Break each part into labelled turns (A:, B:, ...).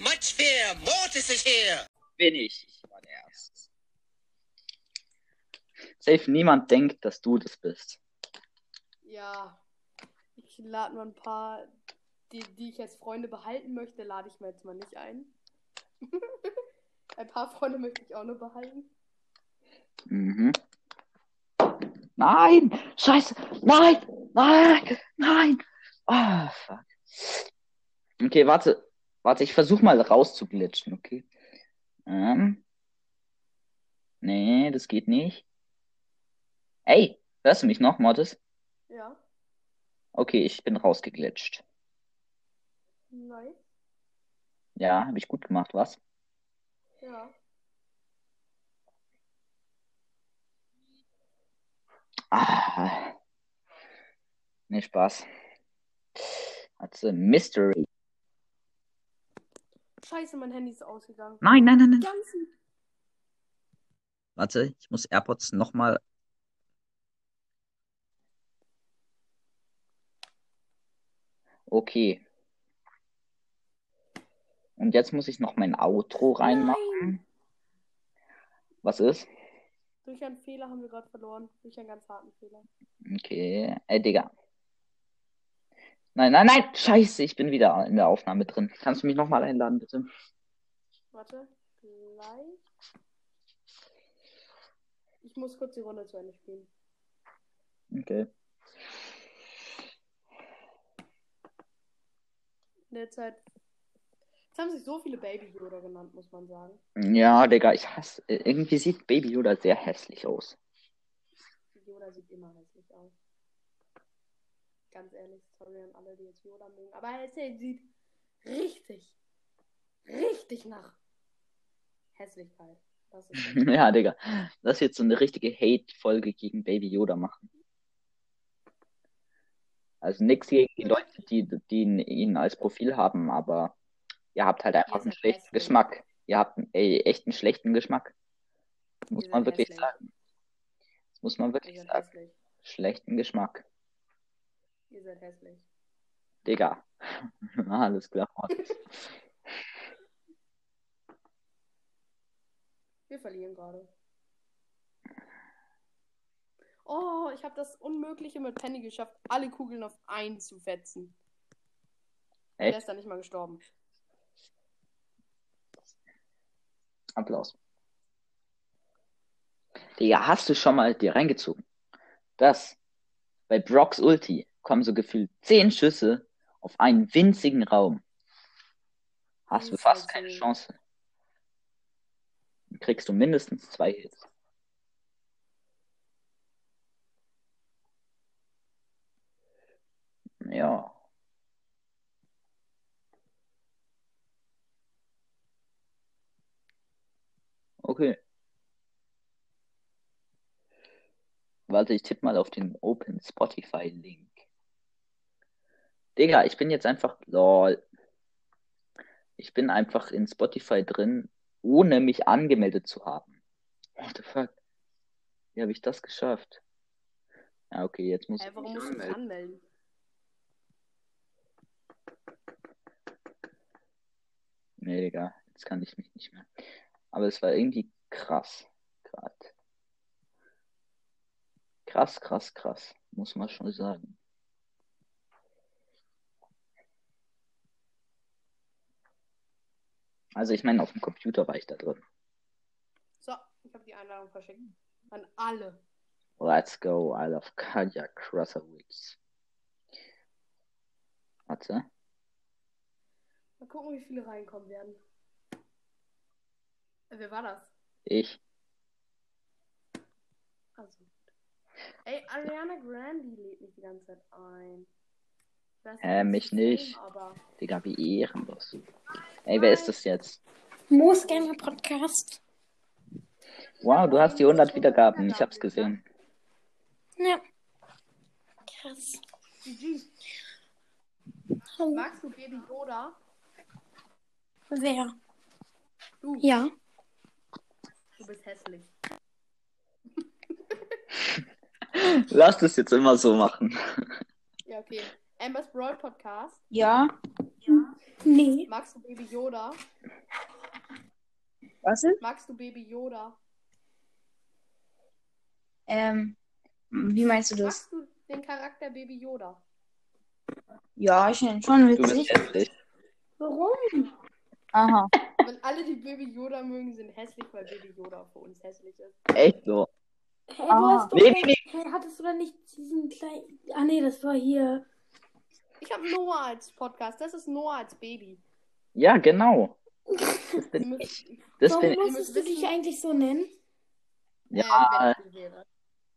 A: Much fear, Mortis is here.
B: Bin ich. Ich war der Erste. Safe, niemand denkt, dass du das bist.
C: Ja. Ich lade mal ein paar, die, die ich als Freunde behalten möchte, lade ich mir jetzt mal nicht ein. ein paar Freunde möchte ich auch nur behalten.
B: Mhm. Nein! Scheiße! Nein! Nein! Nein! Ah, fuck. Okay, warte. Warte, ich versuche mal rauszuglitschen, okay? Ähm. Nee, das geht nicht. Ey, hörst du mich noch, Mortis?
C: Ja.
B: Okay, ich bin rausgeglitscht.
C: Nein.
B: Ja, habe ich gut gemacht, was?
C: Ja.
B: Ah. Nee, Spaß. Hat's ein Mystery.
C: Scheiße, mein Handy ist ausgegangen.
B: Nein, nein, nein, nein.
C: Ganzen.
B: Warte, ich muss AirPods nochmal. Okay. Und jetzt muss ich noch mein Outro reinmachen.
C: Nein.
B: Was ist?
C: Durch einen Fehler haben wir gerade verloren. Durch einen ganz harten Fehler.
B: Okay. Ey, Digga. Nein, nein, nein. Scheiße, ich bin wieder in der Aufnahme drin. Kannst du mich nochmal einladen, bitte?
C: Warte, gleich. Ich muss kurz die Runde zu Ende spielen.
B: Okay.
C: In der Zeit. Jetzt haben sich so viele Baby Yoda genannt, muss man sagen.
B: Ja, Digga, ich hasse. äh, Irgendwie sieht Baby Yoda sehr hässlich aus.
C: Yoda sieht immer hässlich aus. Ganz ehrlich, sorry an alle, die jetzt Yoda mögen. Aber er sieht- sieht richtig, richtig nach Hässlichkeit. Das ist das.
B: Ja, Digga. Lass jetzt so eine richtige Hate-Folge gegen Baby Yoda machen. Also nichts gegen die Leute, die, die ihn, ihn als Profil haben, aber ihr habt halt einfach
C: Ihr
B: einen
C: seid
B: schlechten
C: hässlich.
B: Geschmack. Ihr habt einen, ey, echt einen schlechten Geschmack. Muss
C: Ihr
B: man
C: seid
B: wirklich
C: hässlich.
B: sagen. Das muss man wirklich
C: Ihr seid
B: sagen.
C: hässlich.
B: Schlechten Geschmack.
C: Ihr seid hässlich.
B: Digga. Alles klar.
C: Wir verlieren gerade. Oh, ich habe das Unmögliche mit Penny geschafft, alle Kugeln auf einen zu fetzen.
B: Echt?
C: Der ist dann nicht mal gestorben.
B: Applaus. Digga, hast du schon mal dir reingezogen? Das. Bei Brocks Ulti kommen so gefühlt 10 Schüsse auf einen winzigen Raum. Hast du
C: Ist
B: fast
C: halt
B: keine
C: so.
B: Chance. Dann Kriegst du mindestens zwei Hits. Ja. Okay. Warte, ich tippe mal auf den Open Spotify Link. Digga, ich bin jetzt einfach. Lol. Ich bin einfach in Spotify drin, ohne mich angemeldet zu haben. What the fuck? Wie habe ich das geschafft? Ja, okay, jetzt muss
C: Hä,
B: ich
C: warum
B: mich
C: musst du dich
B: anmelden.
C: anmelden?
B: Nee, Digga, jetzt kann ich mich nicht mehr. Aber es war irgendwie krass. Grad. Krass, krass, krass. Muss man schon sagen. Also ich meine, auf dem Computer war ich da drin.
C: So, ich habe die Einladung verschickt. An alle.
B: Let's go, I love Kaya Krasowitz. Warte.
C: Mal gucken, wie viele reinkommen werden. Äh, Wer war das?
B: Ich.
C: Also. Ey, Ariana Grande lädt mich die ganze Zeit ein. Ich weiß
B: Äh,
C: was
B: mich
C: zu filmen,
B: nicht.
C: Aber
B: Digga, wie ehrenlos. Ey, wer ist das jetzt?
D: Moosgamer Podcast.
B: Wow, du hast die 100 Wiedergaben. Ich hab's gesehen.
D: Ja. Krass.
C: GG,
D: Hallo.
C: magst du Baby Yoda?
D: Wer?
C: Du,
D: Ja.
C: du bist hässlich.
B: Lass das jetzt immer so machen.
C: Ja, okay. Ember's Brawl Podcast.
D: Ja. Nee.
C: Magst du Baby Yoda?
E: Was ist?
C: Magst du Baby Yoda?
E: Ähm, wie meinst du das?
C: Magst du den Charakter Baby Yoda?
E: Ja, ich finde ihn schon
B: Du bist
E: witzig.
B: hässlich.
D: Warum?
E: Aha.
C: Weil alle, die Baby Yoda mögen, sind hässlich, weil Baby Yoda für uns hässlich ist.
B: Echt so.
D: Hey, du
E: Ah.
D: hast doch
B: Nee, nee, nee.
D: Hey, hattest du da nicht diesen kleinen. Ah, nee, das war hier.
C: Ich habe Noah als Podcast. Das ist Noah als Baby.
B: Ja, genau.
C: Ihr müsst-
B: Das
D: Warum
B: finde ich
D: musstest du dich eigentlich so nennen?
B: Ja.
C: äh, wenn ich die wäre.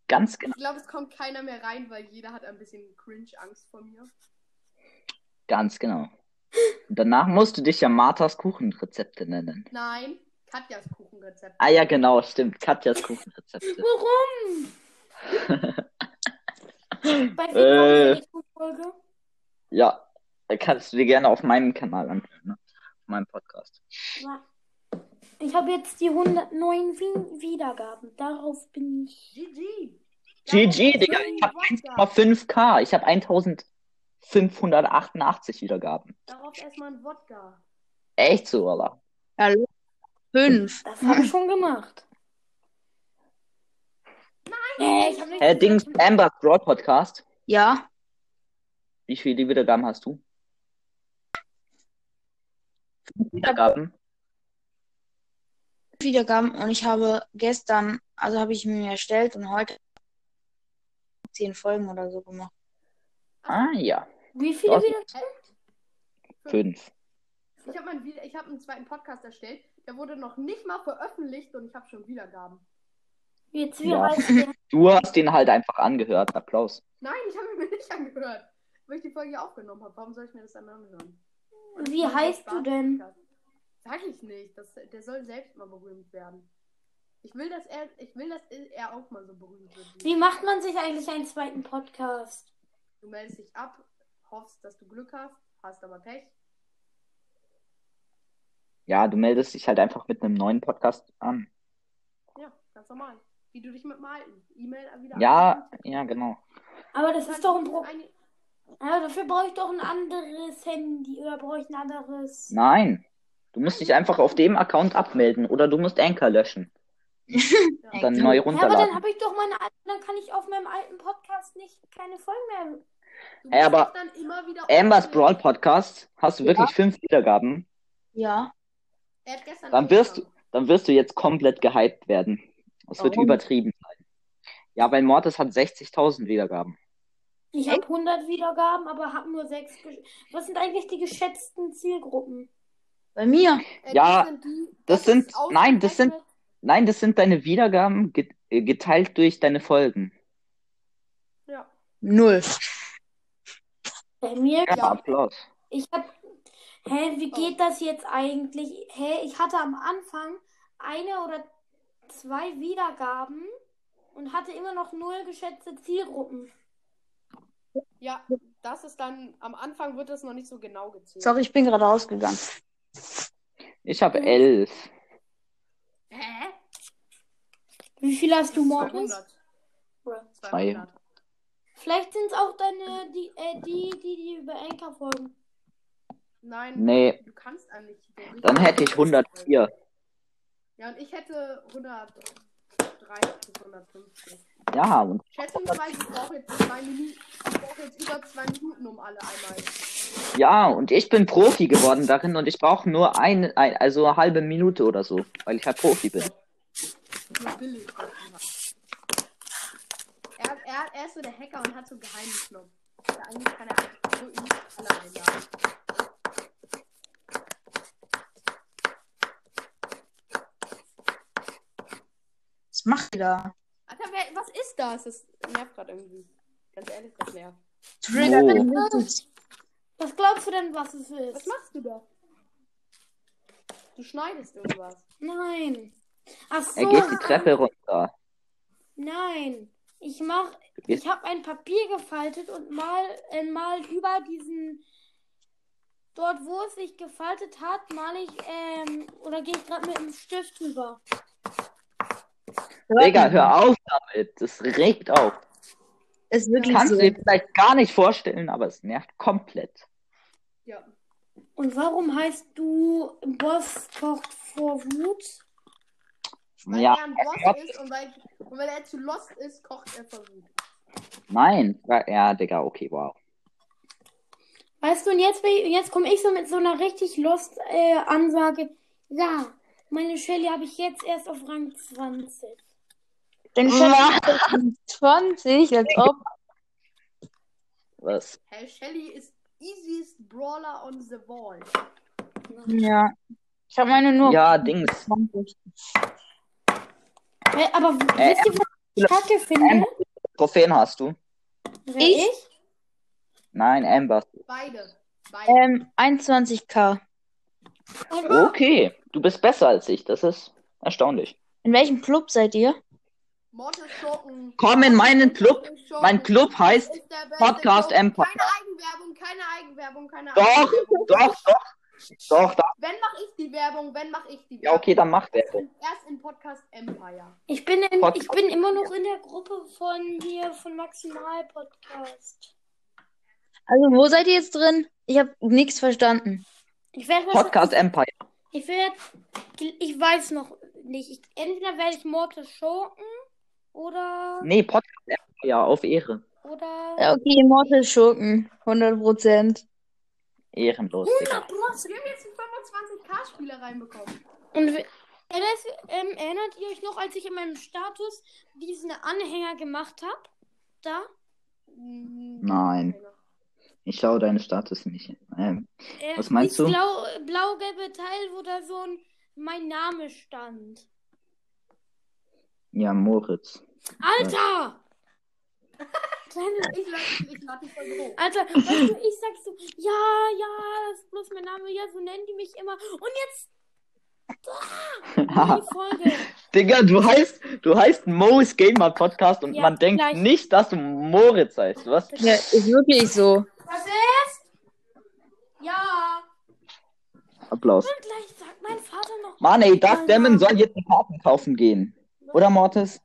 B: ganz genau.
C: Ich glaube, es kommt keiner mehr rein, weil jeder hat ein bisschen Cringe-Angst vor mir.
B: Ganz genau. Und danach musst du dich ja Marthas Kuchenrezepte nennen.
C: Nein, Katjas Kuchenrezept.
B: Ah ja, genau, stimmt. Katjas Kuchenrezepte.
D: Warum? Bei
B: Äh.
D: wem kommt die Folge?
B: Ja, da kannst du dir gerne auf meinem Kanal anhören, ne? Auf meinem Podcast.
D: Wa- Ich habe jetzt die 109 Wi- Wiedergaben. Darauf bin ich.
C: GG.
B: GG,
C: Darum
B: Digga,
C: bin
B: ich habe
C: Wodka.
B: 1,5k. Ich habe 1588 Wiedergaben.
C: Darauf erstmal ein Wodka.
B: Echt so, Alter.
E: Hallo? Fünf.
D: Das habe ich schon gemacht. Nein!
C: hab nichts
B: Hä, Dings,
C: gesagt.
B: Amber's Broad Podcast.
E: Ja.
B: Wie viele Wiedergaben hast du? Fünf Wiedergaben?
E: Wiedergaben und ich habe gestern, also habe ich mir erstellt und heute zehn Folgen oder so gemacht.
B: Ah ja,
D: Wie viele
B: Das-
D: Wiedergaben?
B: fünf.
C: Ich habe einen, Wieder- ich hab einen zweiten Podcast erstellt. Der wurde noch nicht mal veröffentlicht und ich habe schon Wiedergaben.
D: Jetzt wie
B: Ja.
D: heißt der?
B: Du hast den halt einfach angehört. Applaus.
C: Nein, ich habe ihn mir nicht angehört. Weil ich die Folge ja aufgenommen habe. Warum soll ich mir das dann anhören?
D: Wie heißt du denn?
C: Sag ich nicht. Das, der soll selbst mal berühmt werden. Ich will, dass er, ich will, dass er auch mal so berühmt wird.
D: Wie macht man sich eigentlich einen zweiten Podcast?
C: Du meldest dich ab, hoffst, dass du Glück hast, hast aber Pech.
B: Ja, du meldest dich halt einfach mit einem neuen Podcast an.
C: Ja, ganz normal. Wie du dich mit dem alten E-Mail wieder
B: Ja, ja, genau.
D: Aber das ist doch ein Problem.
C: Problem.
D: Aber dafür brauche ich doch ein anderes Handy oder brauche ich ein anderes.
B: Nein. Du musst dich einfach auf dem Account abmelden oder du musst Anchor löschen und dann neu
D: Ja, aber dann
B: runterladen.
D: habe ich doch meine alten, dann kann ich auf meinem alten Podcast nicht keine Folgen mehr.
B: Ey, aber
C: dann immer wieder
B: Ambers Brawl Podcast, hast du wirklich fünf Wiedergaben,
E: Ja.
C: Er hat gestern
B: Dann wirst
C: angefangen.
B: dann wirst du jetzt komplett gehypt werden. Es wird
E: Warum?
B: übertrieben sein. Ja, weil Mortis hat 60.000 Wiedergaben.
D: Ich habe 100 Wiedergaben, aber habe nur sechs. gesch- Was sind eigentlich die geschätzten Zielgruppen?
E: Bei mir.
C: Äh,
B: Ja,
C: sind die-
B: das sind-
C: ist ausgerechnet-
B: nein, das sind- Nein, das sind deine Wiedergaben ge- äh, geteilt durch deine Folgen.
C: Ja.
E: Null.
D: Bei mir?
B: Ja,
C: Ja.
B: Applaus.
D: Ich habe. Hä, wie geht das jetzt eigentlich? Hä, ich hatte am Anfang eine oder zwei Wiedergaben und hatte immer noch null geschätzte Zielgruppen.
C: Ja, das ist dann, am Anfang wird das noch nicht so genau gezählt.
E: Sorry, ich bin gerade rausgegangen.
B: Ich habe elf.
C: Hä?
D: Wie viele hast du morgens?
C: 200.
D: Bruh.
C: 200.
D: Vielleicht sind es auch deine, die, äh, die, die, die über Anchor folgen.
C: Nein,
B: Nee.
C: du kannst eigentlich. so richtig-
B: Dann hätte ich 104.
C: Ja, und ich hätte 130 bis 150.
B: Ja, und
C: Schätzungsweise, ich brauche jetzt, zwei Minuten, ich brauche jetzt über zwei Minuten, um alle einmal.
B: Ja, und ich bin Profi geworden darin und ich brauche nur eine, ein, also eine halbe Minute oder so, weil ich halt Profi bin.
C: Nur billig. Er, er, er ist so der Hacker und hat so einen geheimen Knopf. Da eigentlich kann er einfach so in alle einladen.
E: Was macht ihr
B: Oh.
E: da?
C: Alter, wer, was ist das? Das nervt gerade irgendwie. Ganz ehrlich, das nervt.
E: Trigger.
B: Oh.
D: Was glaubst du denn, was es ist?
C: Was machst du da? Du schneidest irgendwas.
D: Nein. Ach so.
B: Er geht die Treppe runter.
D: Nein. Ich mach,
B: gehst-
D: ich habe ein Papier gefaltet und mal, äh, mal über diesen, dort wo es sich gefaltet hat, mal ich, ähm, oder gehe ich gerade mit dem Stift drüber.
B: Digga, hör auf damit. Das regt auf.
E: Ist wirklich
B: Kannst
E: so.
B: du dir vielleicht gar nicht vorstellen, aber es nervt komplett.
C: Ja.
D: Und warum heißt du Boss kocht vor Wut?
C: Weil
B: Ja,
C: er ein Boss ist und weil, und weil er zu lost ist, kocht er vor Wut.
B: nein. Ja, Ja, Digga, okay, wow.
D: Weißt du, und jetzt, bin ich- und jetzt komme ich so mit so einer richtig lost äh, Ansage. Ja, meine Shelly habe ich jetzt erst auf Rang 20.
E: Dann schon 20, als ob.
B: Was?
C: Herr Shelly ist easiest Brawler on the wall.
E: Ja. Ich habe meine nur
B: Ja, Dings.
E: 20.
D: Hä, aber w-
B: Äh, ähm,
D: wisst ihr, was ich kacke finde?
B: Trophäen hast du?
D: Wer
E: Ich?
D: ich?
B: Nein, Amber.
C: Beide. Beide.
E: Ähm, 21k.
B: Okay, du bist besser als ich. Das ist erstaunlich.
E: In welchem Club seid ihr?
C: Mortal Schurken.
B: Komm in meinen Club.
C: Mortal Schurken
B: Mein Club heißt
C: ist der beste
B: Podcast
C: Club.
B: Empire.
C: Keine Eigenwerbung, keine Eigenwerbung, keine
B: Doch,
C: Eigenwerbung.
B: doch, doch. Doch, da.
C: Wenn mache ich die Werbung, wenn mache ich die
B: Ja, okay, dann mach der.
C: Werbung. Erst in Podcast Empire.
D: Ich bin, in,
B: Podcast.
D: ich bin immer noch in der Gruppe von hier, von Maximal Podcast.
E: Also, wo seid ihr jetzt drin? Ich habe nichts verstanden.
D: Ich werde
B: Podcast Empire.
D: Ich werde. Ich weiß noch nicht. Ich, entweder werde ich Mortal Schurken oder.
B: Nee, Podcast Empire, auf Ehre.
D: Oder.
E: Ja, Okay, Immortal Schurken. 100%.
B: Ehrenlos, Digga.
C: Wir haben jetzt einen 25k-Spieler reinbekommen.
D: Und w- Erinnerst- ähm, erinnert ihr euch noch, als ich in meinem Status diesen Anhänger gemacht habe? Da?
B: Nein. Ich schaue deine Status nicht. Ähm,
D: Äh,
B: Was meinst du?
D: dieses Blau, blau-gelbe Teil, wo da so ein mein Name stand.
B: ja, Moritz.
D: Alter! Kleine
C: Ich lade ich lade dich voll hoch.
D: Alter, Also, weißt du, ich sag so, ja, ja, das ist bloß mein Name, ja, so nennen die mich immer. Und jetzt die Folge.
B: Digga, du heißt, du heißt Mo's Gamer Podcast und
D: Ja,
B: man denkt
D: gleich.
B: nicht, dass du Moritz heißt, was?
E: Ja, ist wirklich so.
D: Was ist? Ja.
B: Applaus.
D: Und gleich sagt mein Vater noch.
B: Mann, ey, Dark Demon soll jetzt die Karten kaufen gehen. Oder, Mortis?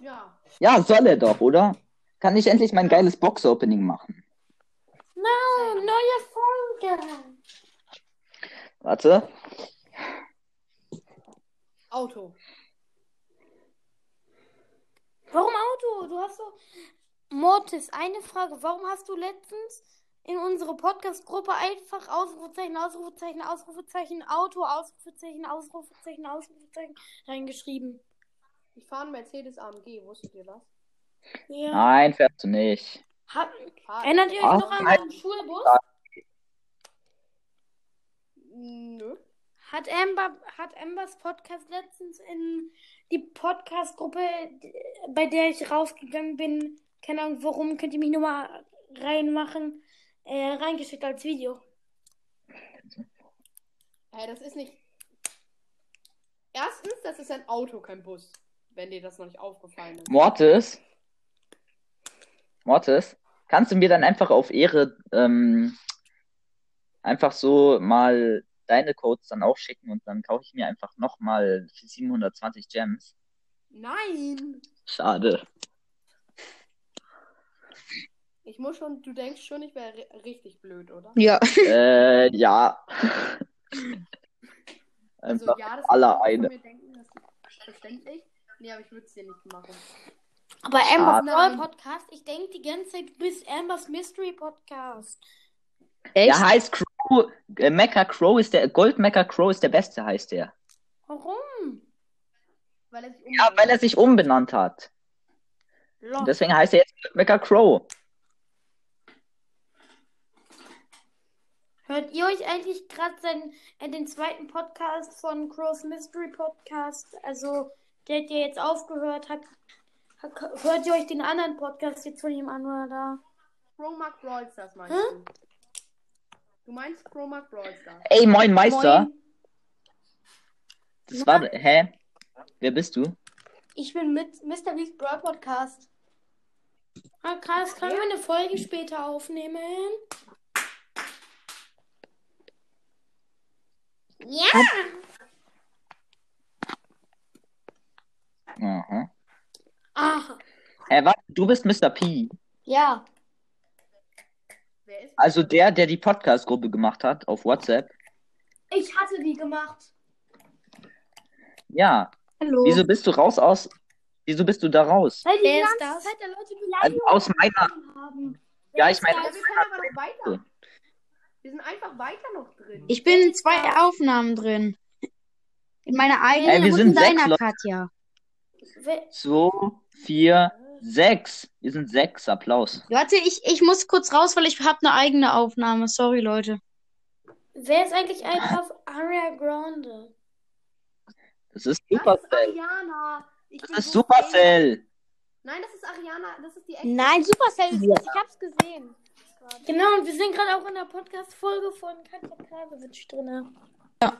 C: Ja.
B: Ja, soll er doch, oder? Kann ich endlich mein geiles Box-Opening machen?
D: Oh, neue Folge.
B: Warte.
C: Auto.
D: Warum Auto? Du hast so. Mortis, eine Frage. Warum hast du letztens in unsere Podcast-Gruppe einfach Ausrufezeichen, Ausrufezeichen, Ausrufezeichen, Auto, Ausrufezeichen, Ausrufezeichen, Ausrufezeichen reingeschrieben?
C: Ich fahre einen Mercedes AMG, wusstet ihr das?
D: Ja.
B: Nein, fährst du nicht.
D: Hab,
C: Fahr-
D: erinnert ihr euch
B: Ah,
D: noch an
B: nein.
D: meinen Schulbus?
C: Nö.
D: Hat Amber, hat Ambers Podcast letztens in die Podcast-Gruppe, d- bei der ich rausgegangen bin, keine Ahnung warum, könnt ihr mich nur mal reinmachen, äh, reingeschickt als Video.
C: Hey, das ist nicht. Erstens, das ist ein Auto, kein Bus. Wenn dir das noch nicht aufgefallen ist.
B: Mortis? Mortis? Kannst du mir dann einfach auf Ehre ähm, einfach so mal deine Codes dann auch schicken und dann kaufe ich mir einfach nochmal 720 Gems?
C: Nein!
B: Schade.
C: Ich muss schon, du denkst schon, ich wäre ri- richtig blöd, oder?
E: Ja.
B: äh, ja. einfach
C: Also, ja, das
B: alle
C: kann man
B: eine.
C: von mir denken, das ist verständlich. Nee, aber ich würde es dir nicht machen.
D: Aber Ambers
C: Nein.
D: neuer Podcast, ich denke die ganze Zeit, du bist Ambers Mystery Podcast.
E: Echt?
B: Der heißt Crow, äh, Mecha Crow ist der, Gold Mecha Crow ist der Beste, heißt der.
D: Warum?
C: Weil er sich um
B: Ja, weil er sich umbenannt hat.
D: Lol.
E: Oh.
B: Und deswegen heißt er jetzt Gold Mecha Crow.
D: Hört ihr euch eigentlich gerade seinen- äh, den zweiten Podcast von Crow's Mystery Podcast, also der, der jetzt aufgehört hat, hat- hört ihr euch den anderen Podcast jetzt von ihm an oder da?
C: Chroma Brawlstars meinst du? Du meinst Chroma Brawlstars.
B: Ey, moin Meister.
D: Moin.
B: Das war, hä? Wer bist du?
D: Ich bin mit Mr. Beast Brawl Podcast. Ah, krass, können wir eine Folge später aufnehmen? Ja!
B: Aha.
D: Aha. Ah.
B: Hä, warte, du bist Mr. P.
D: Ja.
C: Wer ist
B: Also der, der die Podcast-Gruppe gemacht hat auf WhatsApp.
D: Ich hatte die gemacht.
B: Ja.
F: Hallo.
B: Wieso bist du raus aus? Wieso bist du da raus?
D: Weil die
F: Wer
D: die
F: ist
D: ganze
F: das?
D: Zeit der Leute
B: Also
D: beleidigt
B: aus meiner.
D: haben.
B: Ja, ich meine.
C: Ja, wir können aber noch weiter. Wir sind einfach weiter noch drin.
F: Ich
E: Ich bin in zwei Aufnahmen drin. In meiner eigenen
B: Ey, wir
E: und
B: sind
E: in deiner,
B: sechs Leute.
E: Katja.
D: Wer-
B: 2, 4, 6. Wir sind 6. Applaus.
E: Leute, ich, ich muss kurz raus, weil ich habe eine eigene Aufnahme. Sorry, Leute.
D: Wer ist eigentlich eigentlich auf Aria Grande?
B: Das ist
C: das ist
B: Supercell.
C: Ariana. Ich bin
B: Das ist
C: so fake.
B: Supercell.
C: Nein, das ist Ariana. Das ist die echte.
F: Nein, Supercell ist es. Ich hab's gesehen.
D: Genau, und wir sind gerade auch in der Podcast-Folge von Katja Krasowitsch drin.
C: Ja,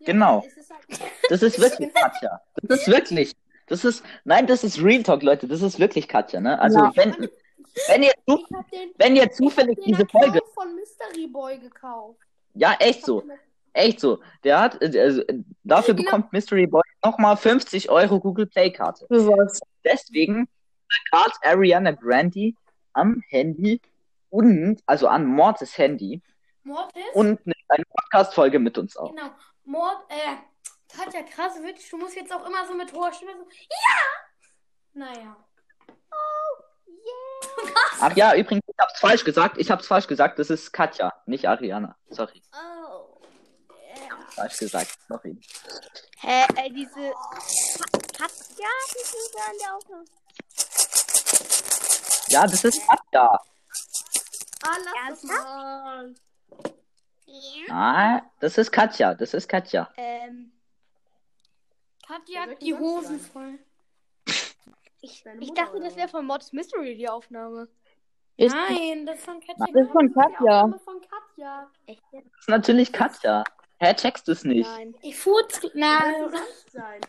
B: genau.
C: Es ist halt,
B: Das ist wirklich Katja. Das ist wirklich. Das ist. Nein, das ist Real Talk, Leute. Das ist wirklich Katja, ne? Also
E: Ja.
B: wenn, wenn ihr zu,
C: ich hab den,
B: wenn ihr zufällig
C: den
B: diese
C: Account
B: Folge.
C: von Mystery Boy gekauft.
B: Ja, echt so. Echt so. Der hat, äh, also, äh, dafür bekommt Mystery Boy nochmal 50 Euro Google Play Karte.
E: Du warst.
B: Deswegen gerade Ariana Grande am Handy und, also an Mortis Handy
D: Mortis?
B: und nimmt eine Podcast-Folge mit uns auf.
D: Genau. Mord, äh, Katja Krasowitsch, du musst jetzt auch immer so mit hoher Stimme so, ja! Naja.
B: Ach ja, übrigens, ich hab's falsch gesagt. Ich hab's falsch gesagt. Das ist Katja, nicht Ariana. Sorry.
C: Oh.
B: Falsch gesagt. Sorry.
F: Hä, äh, diese Katja, die ist da in der Aufnahme.
B: Ja, das ist Katja.
C: Ah, lass das mal.
B: Ah, das ist Katja. Das ist Katja.
F: Ähm,
D: Katja
C: Wer soll
D: hat
C: denn
D: die
C: sonst
D: Hosen
C: sein?
D: voll.
F: ich,
C: Deine
F: ich
C: Mutter
F: dachte,
C: oder
F: das wäre von Mods Mystery die Aufnahme.
E: Ist,
D: Nein, das ist von Katja.
E: Das ist von
C: Die
E: Katja.
C: Aufnahme von Katja.
F: Echt? jetzt?
B: Das ist natürlich Katja. Hä, checkst du's nicht?
F: Nein.
D: Ich furz.
C: Wer soll
D: Nein.
C: sonst sein?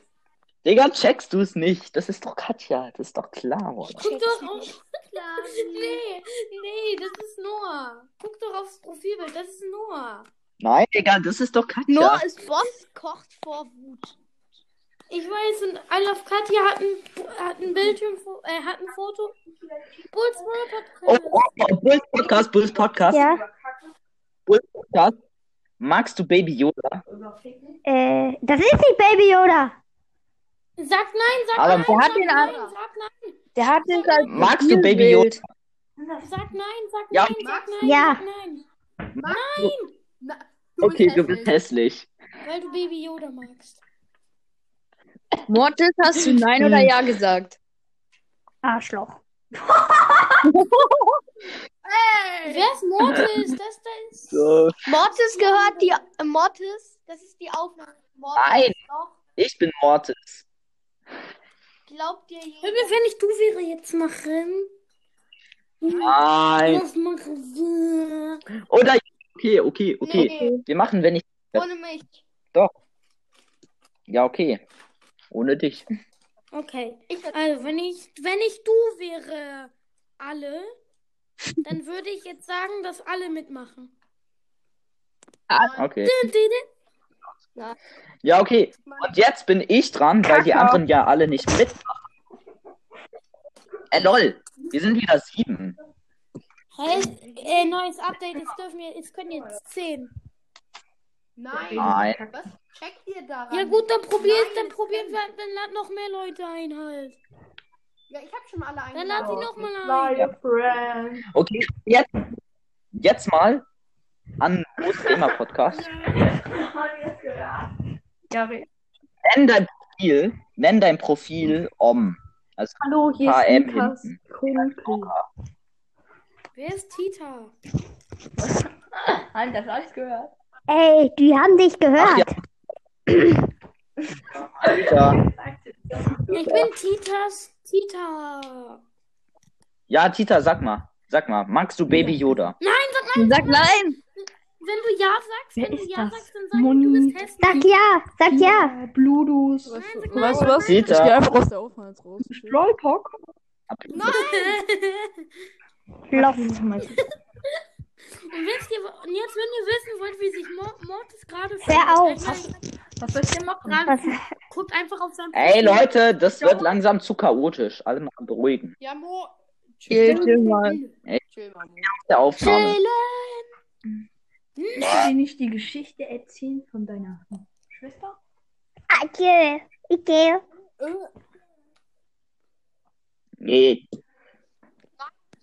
B: Digga, checkst du es nicht? Das ist doch Katja, das ist doch klar, oder?
D: Guck doch auf. Nee, nee, das ist Noah. Guck doch aufs Profilbild, das ist Noah.
B: Nein, Digga, das ist doch Katja.
F: Noah ist Boss, kocht vor Wut.
D: Ich weiß, und I Love Katja hat ein, hat ein Bildschirm, äh, hat ein Foto. Bulls World
B: oh,
D: Podcast.
B: oh, oh, Bulls Podcast, Bulls Podcast,
F: Ja,
B: Bulls Podcast. Magst du Baby Yoda?
F: äh, das ist nicht Baby Yoda.
D: Sag nein, sag
B: Aber
D: nein,
B: wer hat
D: sag
E: den
D: nein,
E: anderen?
D: sag nein,
E: der hat den als
B: Magst du Baby
E: Profilbild.
D: sag nein, sag
B: Ja.
D: nein, sag nein,
F: Ja.
D: sag nein.
C: Na, du
B: Okay,
C: bist
B: du bist
C: hässlich.
B: hässlich.
D: Weil du Baby Yoda magst.
E: Mortis, hast du Nein
B: Hm.
E: oder Ja gesagt?
F: Arschloch.
D: Wer ist Mortis? Das da ist.
B: So.
F: Mortis gehört die. Äh, Mortis, das ist die Aufnahme. Mortis,
B: Nein.
F: Doch,
B: Ich bin Mortis.
F: glaubt dir
D: Hör
F: jemand?
D: mir, wenn ich du wäre jetzt machen.
G: Hm.
B: Nein.
D: Was machen wir?
B: Oder okay, okay, okay.
F: Nee,
B: Wir machen, wenn ich.
F: ohne mich.
B: Ja, okay. Ohne dich.
G: Äh,
D: Okay.
F: Ich würd-
D: Also, wenn ich, wenn ich du wäre, alle, dann würde ich jetzt sagen, dass alle mitmachen.
B: Okay.
D: Nein,
B: Ja, okay. Und jetzt bin ich dran, weil die anderen ja alle nicht mitmachen. Äh, lol. Wir sind wieder sieben.
D: Hä? Äh, neues Update, es dürfen wir, es können jetzt zehn.
C: Nein.
B: Nein.
C: Was checkt ihr daran?
D: Ja gut, dann probiert,
C: Nein,
D: dann
C: es
D: probiert,
C: können-
D: dann, dann lad noch mehr Leute ein halt.
C: Ja, ich hab schon alle
D: Dann
C: eingeladen.
D: lad sie noch mal ein.
B: Okay, jetzt, jetzt mal an Los Gamer Podcast. Nenn dein Profil, nenn dein Profil om. Also
G: Hallo, hier ist
B: KM
G: Lukas
B: hinten.
G: Kumpel.
D: Wer ist Tita?
G: Haben das alles gehört?
F: Ey, die haben dich
B: Ach ja.
F: gehört.
B: Tita.
D: Ich bin Titas Tita.
B: Ja, Tita, sag mal. Sag mal, magst du Baby Yoda?
E: Sag nein.
D: Wenn du ja sagst,
G: Wer
D: wenn du
G: ist
D: ja
G: das?
D: sagst, dann sag ich, du
G: Moni.
D: bist hässlich.
F: Sag ja, sag ja.
G: Bluetooth.
D: Weißt du
G: was?
B: Tita. Ich geh
G: einfach aus der Aufnahme raus. Strollpock?
F: Loch.
D: Und, wisst ihr, und jetzt, wenn ihr wissen wollt, wie sich Mor Mortis gerade fühlt,
F: Hör auf.
G: Was soll ich denn machen?
D: gerade guckt einfach auf sein
B: Ey, Leute, das wird langsam zu chaotisch. Alle mal beruhigen.
C: Ja, Mo.
E: Chill, chill mal.
B: Auf der Aufnahme.
D: Chillen,
G: Willst du dir nicht die Geschichte erzählen von deiner Schwester?
F: Okay, okay.
C: Äh,
B: Nee,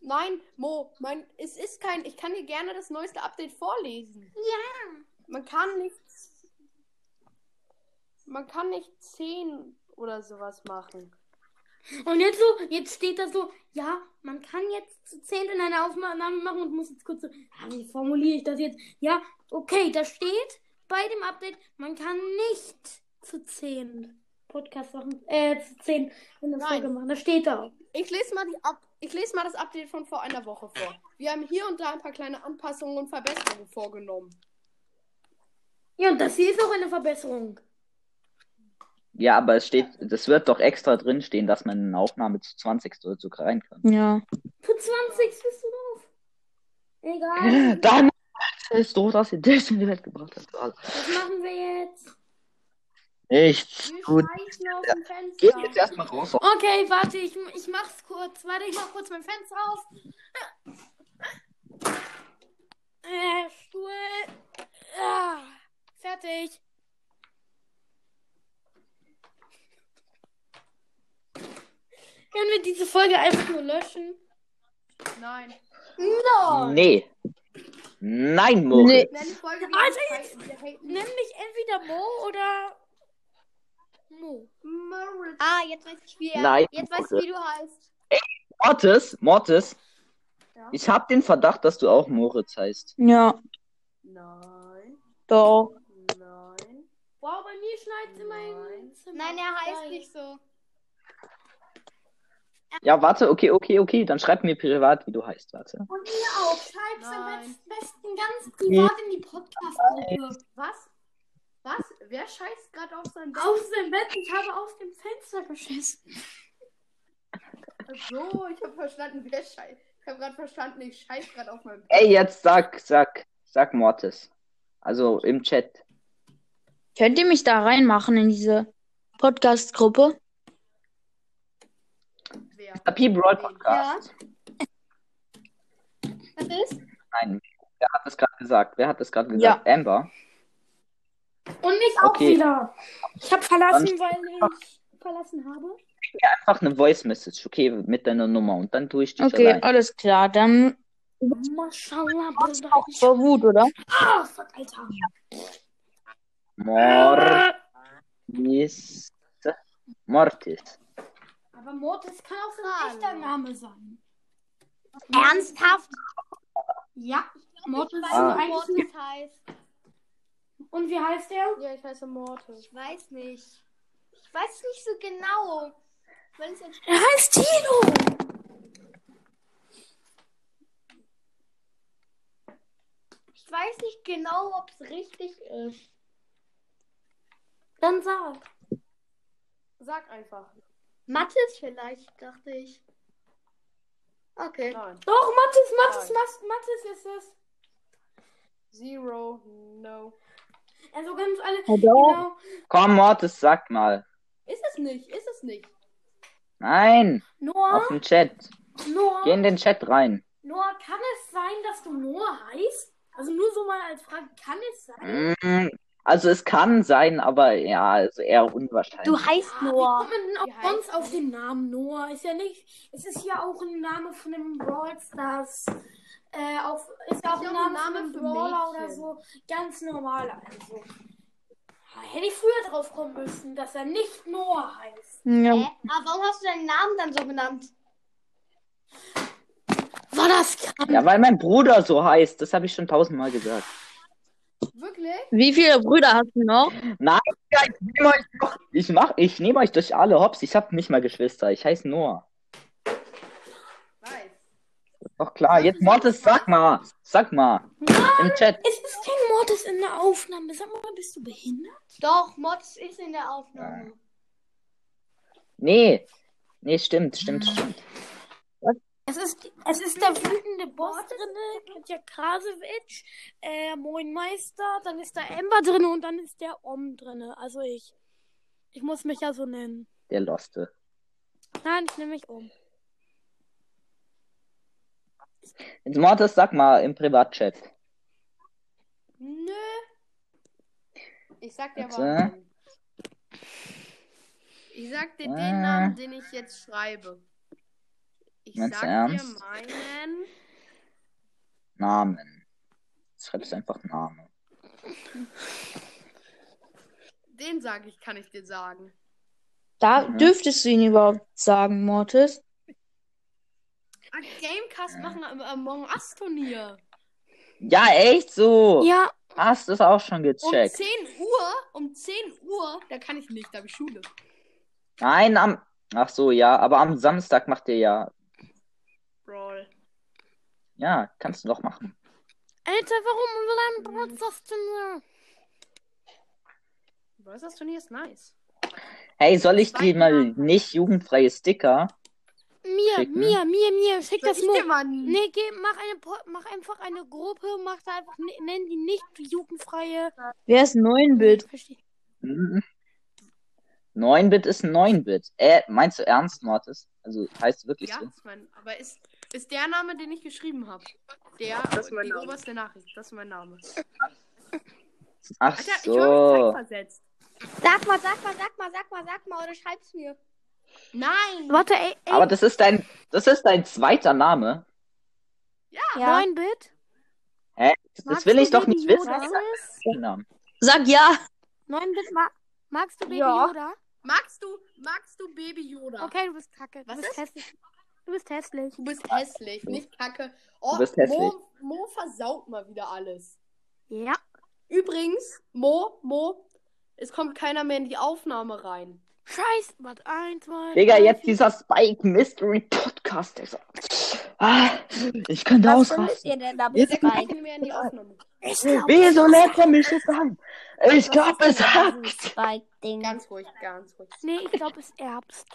C: Nein, Mo, mein, es ist kein. Ich kann dir gerne das neueste Update vorlesen. Ja. Man kann nicht. Man kann nicht 10 oder sowas machen.
D: Und jetzt so, jetzt steht da so, ja, man kann jetzt zu zehn in einer Aufnahme machen und muss jetzt kurz so, ah, wie formuliere ich das jetzt? Ja, okay, da steht bei dem Update, man kann nicht zu zehn Podcast machen, äh, zu zehn in der
C: Nein.
D: Folge machen. Da steht da.
C: Ich lese mal, die Up ich lese mal das Update von vor einer Woche vor. Wir haben hier und da ein paar kleine Anpassungen und Verbesserungen vorgenommen.
D: Ja, und das hier ist auch eine Verbesserung.
B: ja, aber es steht, das wird doch extra drin stehen, dass man eine Aufnahme zu 20 oder so rein kann.
E: Ja.
D: Zu 20 bist du drauf. Egal,
B: Dann ist doch, dass ihr dich in die Welt gebracht habt. Also,
D: was machen wir jetzt?
B: Nichts.
D: Wir
B: Gut.
D: schleichen aus dem
B: Geht
D: Fenster.
B: jetzt erstmal raus.
D: Okay, warte, ich, ich mach's kurz. Warte, ich mach kurz mein Fenster auf. Äh, Stuhl. Ah, fertig. Können wir diese Folge einfach nur löschen?
C: Nein.
B: Nee. Nein, Moritz.
C: Nenn die Folge die
D: Alter,
C: wir
D: jetzt-
C: hei- wir haten.
D: Nenn mich entweder Mo oder Mo.
C: Moritz.
F: Ah, jetzt weiß ich, wie er.
B: Nein,
F: Jetzt weiß ich, wie du heißt.
B: Mortis, Mortis.
C: Ja?
B: Ich habe den Verdacht, dass du auch Moritz heißt.
E: Ja.
C: Nein.
E: Doch.
C: Nein.
D: Wow, bei mir schneit's in meinem
C: Nein.
D: Zimmer.
F: Nein, er heißt
D: Geil.
F: nicht so.
B: Ja, warte, okay, okay, okay. Dann schreib mir privat, wie du heißt. Warte.
D: Und mir auch. Schreib's am
C: Nein.
D: besten ganz privat in die Podcast-Gruppe.
C: Was? Was? Wer scheißt gerade auf sein Bett?
D: Auf seinem Bett, ich habe auf dem Fenster geschissen.
C: Ach So, ich habe verstanden, wer scheißt. Ich habe gerade verstanden, ich scheiß gerade auf mein Bett.
B: Ey, jetzt sag, sag, sag Mortis. Also im Chat.
E: Könnt ihr mich da reinmachen in diese Podcast-Gruppe?
C: Wer?
B: Happy Broad Podcast.
F: Was ist?
B: Nein. Wer hat das gerade gesagt? Wer hat das gerade gesagt? Amber.
D: Und mich auch
B: Okay.
D: wieder. Ich habe verlassen,
B: Dann-
D: weil ich verlassen habe.
B: Einfach eine Voice Message, okay, mit deiner Nummer. Und dann tue ich dich
E: Okay,
B: allein.
E: alles klar. Dann
D: Maschallah, Bruder. Ich
E: vor Wut, oder?
D: ah, fuck, Alter.
B: Mortis. Mortis.
D: Aber Mortis kann auch ein echter Name sein.
F: Ernsthaft?
D: Ja, Mortis ist
F: Weil
B: Ah.
F: ah.
D: eigentlich nur...
F: Mortis heißt.
D: Und wie heißt er?
C: Ja, ich heiße Mortis.
F: Ich weiß nicht. Ich weiß nicht so genau. Wenn es jetzt
D: Er heißt Tino.
F: Ich weiß nicht genau, ob es richtig ist.
D: Dann sag.
C: Sag einfach.
F: Mathis vielleicht, dachte ich. Okay.
C: Nein.
D: Doch, Mathis, Mathis, Mathis, Mathis ist es.
C: Zero. No.
D: Also ganz alle.
E: Hallo?
D: Genau.
B: Komm, Mortis, sag mal.
C: Ist es nicht? Ist es nicht?
B: Nein,
D: Noah,
B: auf den Chat. Geh
D: Noah,
B: in den Chat rein.
D: Noah, kann es sein, dass du Noah heißt? Also nur so mal als Frage, kann es sein?
B: Mm, Also es kann sein, aber ja, also eher unwahrscheinlich.
F: Du heißt
D: Wie
F: Noah.
D: kommt man denn
C: Wie
D: auch
C: heißt
D: sonst auf den Namen Noah? Ist ja nicht. Es ist ja auch ein Name von einem Brawl Stars. Äh, auf, ist ja auch ein Name, von einem
C: für
D: Brawler oder
C: Mädchen.
D: so. Ganz normal. Also. Ja, Hätte ich früher drauf kommen müssen, dass er nicht Noah heißt.
E: Ja.
F: Hä? Aber warum hast du deinen Namen dann so genannt?
D: War das krank?
B: ja, weil mein Bruder so heißt. Das habe ich schon tausendmal gesagt.
C: Wirklich?
E: Wie viele Brüder hast du noch?
B: Nein, ja, ich nehme euch doch. Ich mach, ich nehme euch durch alle Hops. Ich habe nicht mal Geschwister. Ich heiße Noah.
C: Nice.
B: Doch klar. Jetzt Mortis, sag mal, sag mal im Chat.
D: Es ist kein Mordes in der Aufnahme. Sag mal, bist du behindert?
F: Doch, Mods ist in der Aufnahme.
B: Nee, nee, stimmt, stimmt, stimmt.
D: Es ist, es ist der wütende Boss drinne, Katja Krasewitsch, äh, Moin Meister, dann ist da Ember drinne und dann ist der Om drinne. Also ich. Ich muss mich ja so nennen.
B: Der Loste.
D: Nein, ich nehme mich um.
B: Jetzt Mortis, sag mal im Privatchat.
C: Nö. Ich sag dir
B: Warte.
C: warum. Ich sag dir
B: Ah.
C: den Namen, den ich jetzt schreibe. Ich
B: Meinst du
C: sag dir
B: ernst?
C: meinen.
B: Namen. Schreibst einfach Name.
C: Den sage ich, kann ich dir sagen.
E: Da
B: Mhm.
E: dürftest du ihn überhaupt sagen, Mortis.
C: Ah, Gamecast
B: Ja.
C: machen am Among Us Turnier.
B: Ja, echt so.
D: Ja,
B: Hast du es auch schon
C: Um
B: gecheckt?
C: 10 Uhr, um 10 Uhr, da kann ich nicht, da habe ich Schule.
B: Nein, am. Ach so, ja, aber am Samstag macht ihr ja.
C: Brawl.
B: Ja, kannst du doch machen.
D: Alter, warum um will ein Brotsaft-Turnier?
C: Brawl Stars Turnier ist nice.
B: Hey, soll ich dir
C: Zweiten
B: mal
C: Namen.
B: nicht jugendfreie Sticker?
D: Mir,
B: Schick, ne?
D: mir, mir, mir, schick
C: Soll
D: das
C: ich
D: nur.
C: dir mal einen-
D: Nee, geh, mach, eine, Po- mach einfach eine Gruppe, mach da einfach, ne- nenn die nicht jugendfreie.
E: Wer ist Neuenbild?
D: Versteh-
B: 9-Bit Mhm. ist 9-Bit. Äh, meinst du ernst, Mortis? Also heißt wirklich
C: Ja,
B: so?
C: ist mein, aber ist, ist der Name, den ich geschrieben habe. Der,
F: Das ist mein
C: die
F: Name.
C: oberste Nachricht, das ist mein Name.
B: Ach
C: Alter, ich
B: so.
C: habe mich zeitversetzt.
D: Sag mal, sag mal, sag mal, sag mal, sag mal, oder schreib's mir.
C: Nein!
D: Warte, ey, ey.
B: Aber das ist dein, das ist dein zweiter Name.
D: ja. 9-Bit?
B: Hä? das
D: Magst
B: will
D: du
B: ich doch
D: Baby
B: nicht wissen.
D: Yoda?
B: Vornamen.
E: Sag ja.
D: 9-Bit, ma magst du Baby
F: Ja.
D: Yoda?
C: Magst du, magst du Baby Yoda?
D: Okay, du bist kacke.
C: Was
D: du bist
C: ist?
D: hässlich. Du bist hässlich.
C: Du bist hässlich, nicht kacke. Oh,
B: Hm. Du bist hässlich.
C: Mo, Mo versaut mal wieder alles.
D: Ja.
C: Übrigens, Mo, Mo, es kommt keiner mehr in die Aufnahme rein.
D: Scheiß. Warte, 1, 2,
B: Digga, jetzt dieser Spike Mystery Podcast. Der so. ah, ich könnte
F: findet
B: ausrasten.
F: ihr denn da
B: Jetzt-
F: bis
C: Keiner mehr in die Aufnahme.
B: Wieso lädt er mich jetzt an? Ich glaube, es hackt.
F: Spike-Ding.
C: Ganz ruhig, ganz ruhig.
D: Nee, ich glaube, es ist Erbst.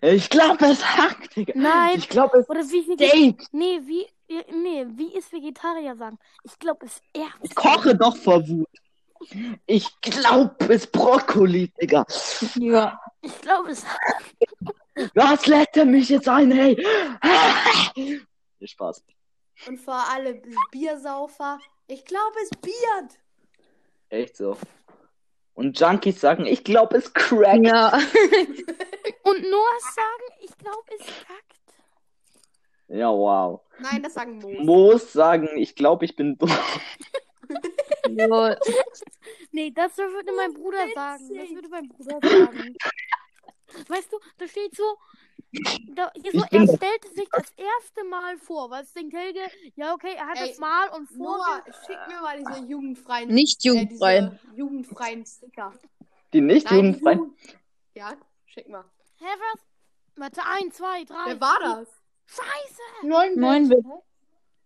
B: Ich glaube, es hackt, Digga.
D: Nein.
B: Ich glaube, es
D: Oder wie ist
B: steht.
D: Nee, wie. äh, Nee, wie ist Vegetarier sagen? Ich glaube, es ist
B: Ich
D: Erbst.
B: koche doch vor Wut. Ich glaube, es ist Brokkoli, Digga.
E: Ja.
D: Ich glaube, es hat.
B: Was lädt er mich jetzt ein, hey? Viel Spaß.
C: Und vor allem Biersaufer. Ich glaube, es biert.
B: Echt so. Und Junkies sagen, ich glaube, es crackt.
E: Ja.
D: Und Noahs sagen, ich glaube, es kackt.
B: Ja, wow.
C: Nein, das sagen Moos.
B: Moos sagen, ich glaube, ich bin dumm.
E: Lol.
D: Nee, das würde mein Bruder sagen. Das würde mein Bruder sagen. Weißt du, da steht so, da, hier so
B: Ich bin-
D: er stellte sich das erste Mal vor, weil es denkt Helge, ja okay, er hat
C: Ey,
D: das mal und vor.
C: Noah, schick mir mal diese jugendfreien,
E: Nicht
C: Äh,
E: jugendfrei.
C: diese jugendfreien Sticker.
B: Die nicht
C: Nein, die
B: jugendfreien.
C: Jugend- Ja, schick mal.
D: Hä, was? Warte, eins, zwei, drei.
C: Wer war das?
D: Scheiße!
E: Neuenbild.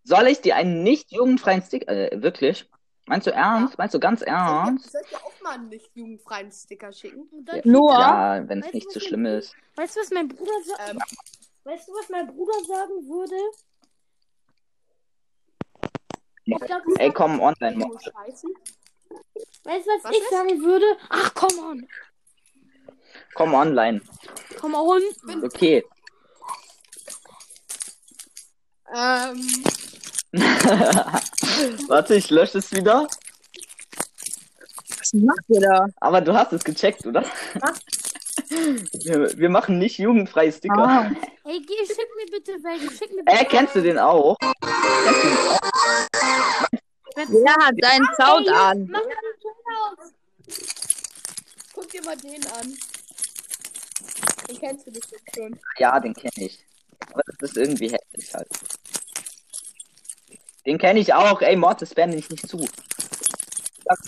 B: Soll ich dir einen nicht jugendfreien Stick? Äh, wirklich? Meinst du ernst? Meinst du ganz
C: Soll ich
B: ernst?
C: dir- soll ich dir auch mal einen nicht jugendfreien Sticker schicken?
D: Und dann-
E: Noah?
B: Ja, wenn es
D: Weißt
B: nicht
D: du,
B: zu
D: was
B: schlimm
D: wir-
B: ist.
D: Weißt du, was mein Bruder sa-
C: Ähm,
D: Weißt du, was mein Bruder sagen würde? Ich glaub,
B: Ey, komm,
C: ich
B: online.
C: muss scheißen.
D: Weißt du, was,
C: Was
D: ich
C: ist?
D: sagen würde? Ach, komm on.
B: Komm online.
D: Komm on.
B: Okay.
C: Ähm,
B: Warte, ich lösche es wieder.
E: Was macht ihr da?
B: Aber du hast es gecheckt, oder? Wir, wir machen nicht jugendfreie Sticker.
E: Ah.
D: Ey, geh, schick mir bitte welche. Schick mir bitte
B: Äh, kennst du den auch?
E: Wer hat deinen
H: Ah,
E: Sound an?
D: Mach mal den Ton aus.
C: guck dir mal den an. Den kennst du bestimmt schon.
B: Ja, den kenne ich. Aber das ist irgendwie hässlich halt. Den kenne ich auch. Ey, Mortis, sperr mich nicht zu.
E: Das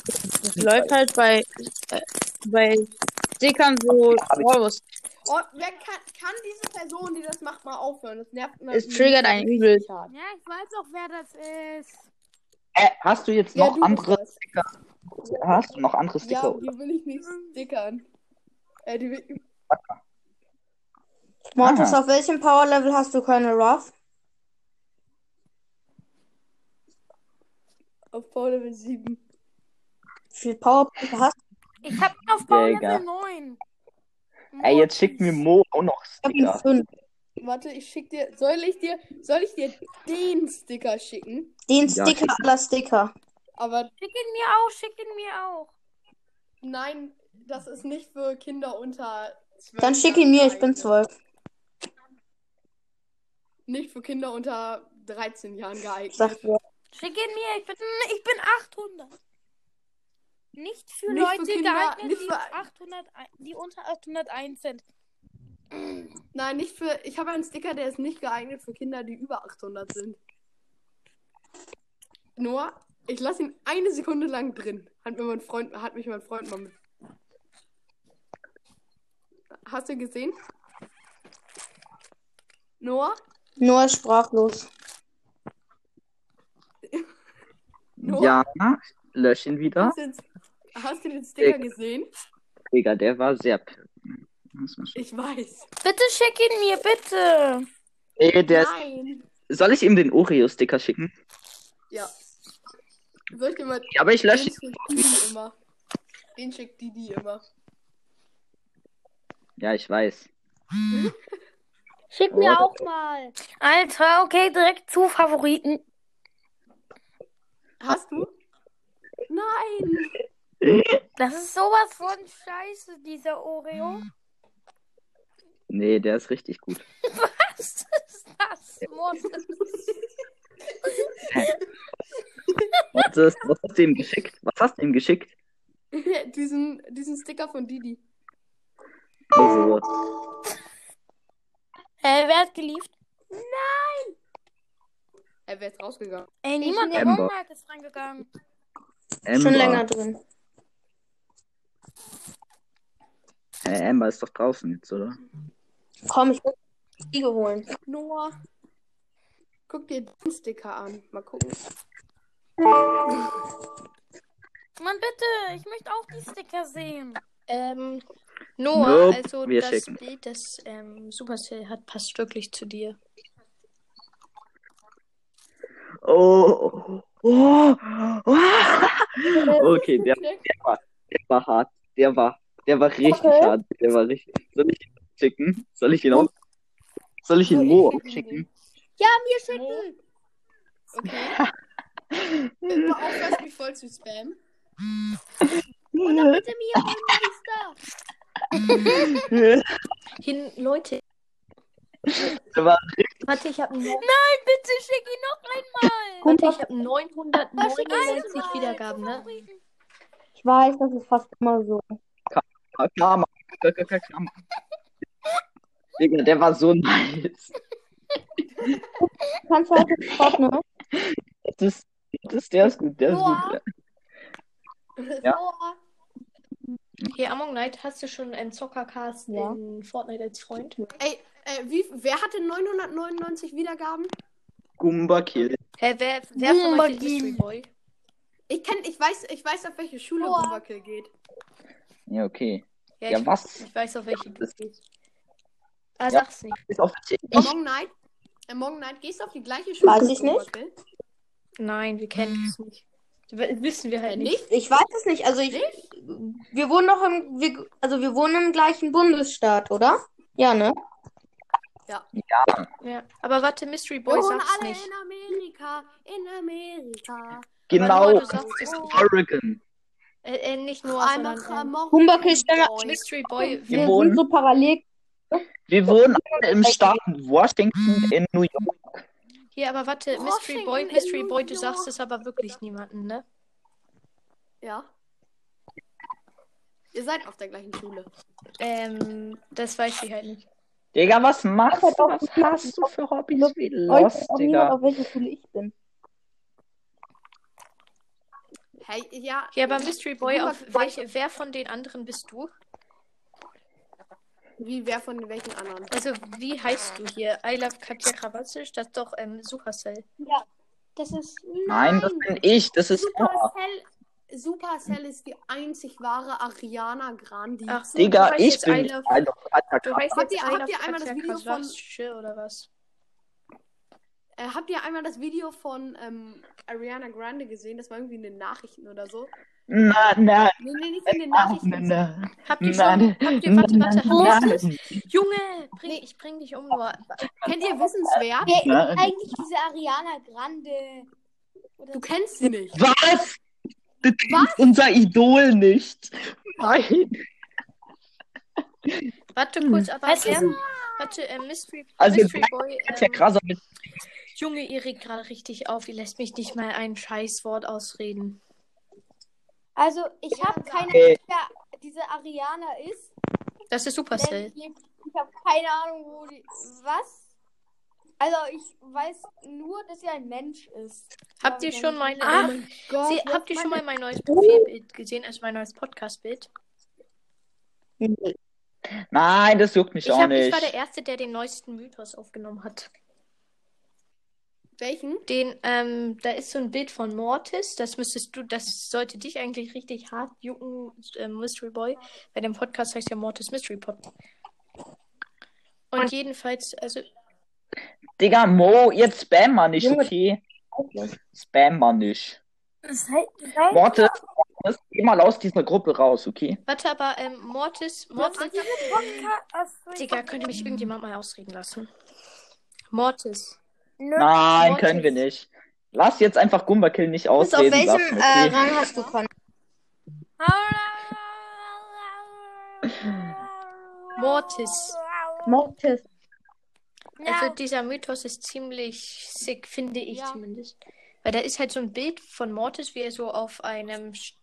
E: läuft halt bei, äh, bei Stickern so Vorwurst.
C: Oh, wer kann, kann diese Person, die das macht, mal aufhören? Das nervt mir.
E: Es triggert einen übel.
D: Ja, ich weiß auch, wer das ist.
B: Äh, hast du jetzt
C: Ja,
B: noch
C: du
B: andere
C: bist
B: Hast du noch andere
C: das. Ja,
B: Sticker?
C: die will ich nicht stickern. Äh, die will,
B: Mortis, Ah.
H: auf welchem Powerlevel hast du keine Ruff?
C: auf Power Level 7.
H: Viel Powerpunkte hast
D: Ich hab ihn auf Baulevel
B: Digga.
D: 9.
B: Ey, jetzt schickt mir Mo auch noch
H: du?
B: Sticker.
H: fünf.
C: Warte, ich schick dir. Soll ich dir, soll ich dir den Sticker schicken?
H: Den
B: Ja,
H: Sticker
B: schick.
H: aller Sticker.
C: Aber
D: Schick ihn mir auch, schick ihn mir auch.
C: nein, das ist nicht für Kinder unter 12.
H: Dann schick ihn mir, ich bin
C: geeignet.
H: zwölf.
C: Nicht für Kinder unter 13 Jahren geeignet.
H: Sagt mir.
D: Schick ihn mir, ich bin, hm, ich bin 800. Nicht für
C: Nicht für
D: Leute
C: Kinder,
D: geeignet,
C: nicht
D: die,
C: für-
D: 800, ein- die unter 801 sind.
C: Nein, nicht für. Ich habe einen Sticker, der ist nicht geeignet für Kinder, die über 800 sind. Noah, ich lasse ihn eine Sekunde lang drin. Hat, mir mein Freund, hat mich mein Freund mal mit. Hast du gesehen? Noah?
H: Nur ist sprachlos.
C: Noah?
B: Ja, lösch ihn wieder.
C: Hast du, den- hast du den Sticker gesehen?
B: Digga, der war sehr. p- Muss man schon-
C: Ich weiß.
D: Bitte schick ihn mir, bitte.
B: Nee, der ist...
C: Nein.
B: Soll ich ihm den Oreo-Sticker schicken?
C: Ja. Soll ich dir mal.
B: Ja, aber ich
C: Den
B: lösche ihn.
C: schickt Didi immer. Den schickt Didi immer.
B: Ja, ich weiß.
F: Schick mir
B: Oh.
F: auch mal.
D: Alter, okay, direkt zu Favoriten.
C: Hast du? Nein!
D: Das ist sowas von scheiße, dieser Oreo.
B: Nee, der ist richtig gut.
D: Was ist das? Mann?
B: Was, ist, was hast du ihm geschickt? Was hast du ihm geschickt?
C: diesen, diesen Sticker von Didi.
B: Oh,
D: Äh, wer hat gelieft?
C: Er wäre jetzt rausgegangen.
D: Ey, Äh, niemand
B: nehm-
D: der Wohnmarkt ist reingegangen.
B: Amber.
H: Schon länger drin.
B: Hey, Amber ist doch draußen jetzt, oder?
H: Komm, ich muss die holen.
C: Noah. Guck dir den Sticker an. Mal gucken.
D: Mann, bitte, ich möchte auch die Sticker sehen.
I: Ähm, Noah,
B: Nope,
I: also
B: wir
I: das
B: schicken.
I: Bild, das ähm, Supercell hat, passt wirklich zu dir.
B: Oh, oh, oh, oh. Okay, der, der, war, der war hart. Der war, der war richtig
H: Okay.
B: hart. Der war richtig. Soll ich ihn schicken? Soll ich ihn auch? Soll ich ihn Mo auch schicken?
F: Mir schicken.
C: Okay. Immer aufhörst, mich voll zu spammen.
F: Und dann bitte mir auch einen Blister.
I: Hin, Leute,
B: Der war,
I: warte, ich habe
D: Nein, bitte schick ihn noch einmal.
I: warte, ich hab
D: Ach, schick ihn
I: 969
D: einmal
I: Wiedergaben,
D: zu
I: ne?
D: Favoriten.
H: Ich weiß, das ist fast immer so.
B: Karma. Karma. Digga, der war so nice.
H: Kannst du heute Sport, ne?
B: Das ist, das ist, der ist gut, der ist
D: Noah?
B: gut. Ja.
C: Noah.
I: Hier, Among Knight, hast du schon einen Zockercast
H: Ja.
I: in Fortnite als Freund?
C: Ey, äh, wie, wer hatte 999 Wiedergaben?
B: Gumba Kill.
I: Hä, wer, wer von euch ist Mystery Boy?
C: Ich kenn, ich weiß, ich weiß, auf welche Schule
D: Noah.
C: Bumbakill geht.
B: Ja, okay.
I: Ja,
B: Ja,
I: ich,
B: was?
I: ich weiß, auf welche du
B: Das-
I: gehst. Ah,
B: Ja.
I: sag's nicht.
B: Ist auf
C: Morgen Night. Äh, Morgen Night gehst du auf die gleiche Schule.
H: Weiß
C: wie
H: ich nicht.
C: Bumbakill?
I: Nein, wir kennen es nicht. W- Wissen wir halt nicht.
C: Nicht?
H: Ich weiß es nicht. Also ich, wir wohnen noch im, wir, also wir wohnen im gleichen Bundesstaat, oder? Ja, ne?
I: Ja. Aber warte, Mystery Boy
C: Wir wohnen
I: sag's
C: alle
I: nicht.
C: in Amerika. In Amerika.
I: Aber
B: genau.
I: Noah, du sagst es nicht.
B: Oregon.
I: Äh, äh, nicht nur, sondern
C: Einfach äh,
I: ähm,
C: morgen.
H: Humberkill, stell mal-
I: Mystery Boy.
B: Wir
H: Wir
B: wohnen-
H: sind so parallel.
B: Wir wohnen alle im Staat Washington in New York.
I: Hier, aber warte, Mystery
C: Washington
I: Boy,
C: Oh, in
I: Mystery
C: New
I: Boy, du
C: York.
I: sagst es aber wirklich niemanden, ne?
C: Ja. Ihr seid auf der gleichen Schule.
I: Ähm, das weiß ich halt nicht.
B: Digga, was machst du?
H: Aber doch,
B: Was hast du für Hobbys? Wie
H: Heute
B: lost,
H: weiß auch niemand,
B: Digga.
H: auf welcher Schule ich bin.
C: Hey, ja.
I: Hier, aber Mystery Boy,
C: Niemand
I: auf
C: weiß,
I: welche, wer von den anderen bist du?
C: Wie, wer von welchen anderen?
I: Also, wie heißt du hier? I love Katja Krawatzisch, das ist doch ähm, Supercell.
F: Das ist.
B: Nein, das bin ich. Das ist Noah.
C: Supercell, Supercell ist die einzig wahre Ariana Grande.
I: Ach,
B: Digga,
I: du heißt
B: ich
I: jetzt
B: bin
I: I love,
B: I love
I: Du
B: Attack.
I: heißt
C: Habt
I: jetzt
C: ihr-
I: I
C: habt
I: love
C: ihr einmal das
I: Katja
C: Video von-
I: Krawatzisch oder was?
C: Äh, habt ihr einmal das Video von ähm, Ariana Grande gesehen? Das war irgendwie in den Nachrichten oder so.
B: Na, na,
C: Nee, nee, nicht in den
B: na,
C: Nachrichten.
B: na, na.
I: Habt ihr
B: Na,
I: schon?
B: na,
I: Habt ihr,
B: na,
I: warte, warte.
B: na,
I: habt ihr-
B: na,
I: Junge, bring, ich bring dich um. Noah.
C: Kennt ihr Wissenswert?
B: na, na.
D: Eigentlich diese Ariana Grande. Oder
C: Du kennst sie nicht.
B: Was? Du kennst unser Idol nicht. Nein.
I: Warte kurz, aber
D: Was ist-
I: ähm, warte, äh, Mystery,
B: Also,
I: Mystery
B: Black
I: Boy.
B: Das ist ja
I: Ähm,
B: krasser mit
I: Junge, ihr regt gerade richtig auf. Ihr lässt mich nicht mal ein Scheißwort ausreden.
D: Also, ich habe keine
B: Äh.
D: Ahnung, wer diese Ariana ist.
I: Das ist
D: Denn
I: Supercell.
D: ich ich habe keine Ahnung, wo die. Was? Also, ich weiß nur, dass sie ein Mensch ist.
I: Habt ihr schon meine,
C: Ach,
I: ähm,
C: Oh Gott,
I: se-
C: was
I: habt ihr schon mal
C: meine-
I: mein neues Profilbild gesehen, also mein neues Podcastbild?
B: Nein, das juckt mich
I: Ich,
B: auch
I: hab, ich
B: nicht.
I: war der Erste, der den neuesten Mythos aufgenommen hat.
C: Welchen?
I: Den, ähm, da ist so ein Bild von Mortis. Das müsstest du, das sollte dich eigentlich richtig hart jucken, äh, Mystery Boy. Bei dem Podcast heißt ja Mortis Mystery Pod. Und jedenfalls, also
B: Digga, Mo, jetzt spam mal nicht,
E: Junge.
B: okay? Spam mal nicht.
D: Sei,
B: Mortis, Mortis, geh mal aus dieser Gruppe raus, okay?
I: Warte, aber ähm, Mortis, Mortis, Digga, könnte mich irgendjemand mal ausreden lassen? Mortis.
B: Nein,
I: Mortis.
B: können wir nicht. Lass jetzt einfach Gumbakill nicht
H: Bis auf
B: ausreden lassen,
H: welchem äh,
B: okay?
H: Rang hast du Con?
I: Mortis.
G: Mortis.
I: Also dieser Mythos ist ziemlich sick, finde ich
C: Ja.
I: zumindest. Weil da ist halt so ein Bild von Mortis, wie er so auf einem... Sch-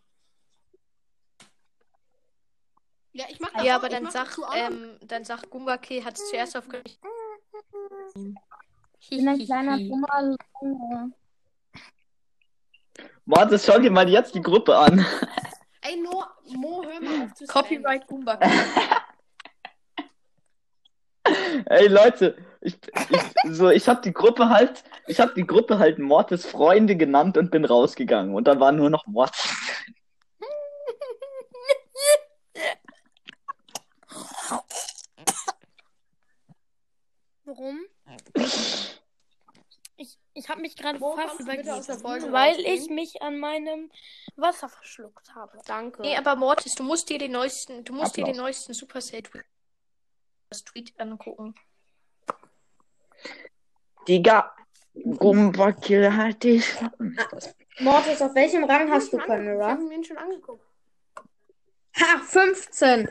C: Ja, ich mach das
I: Ja,
C: auch,
I: aber
C: Also ich
I: dann
C: mach das
I: sag,
C: zu allem. Hm. Äh.
I: ähm, dann sag Goomba Kill hat es zuerst aufgerichtet.
D: Ich bin ein kleiner dummer
B: Mortis, schau dir mal jetzt die Gruppe an.
C: Ey, Mo, Mo, hör mal auf zu
I: Copyright Goomba Kill.
B: Ey, Leute, ich, ich, so, ich hab die Gruppe halt, ich hab die Gruppe halt Mortis Freunde genannt und bin rausgegangen. Und dann war nur noch Mortis.
D: Warum? Ich, ich habe mich gerade
C: Wo
D: fast
C: kommst du bitte aus der Folge
D: übergeben, weil
C: rausnehmen?
D: ich mich an meinem Wasser verschluckt habe.
C: Danke.
I: Nee, aber Mortis, du musst dir den neuesten, du musst dir den
B: Applaus.
I: neuesten Supercell Tweet, das Tweet angucken.
B: Digga, Gumbakill halt dich.
H: Mortis, auf welchem Rang hast du
C: Ich hab ihn
H: Con,
C: schon angeguckt. Ich
H: oder?
C: hab ihn schon angeguckt.
H: Ha, 15.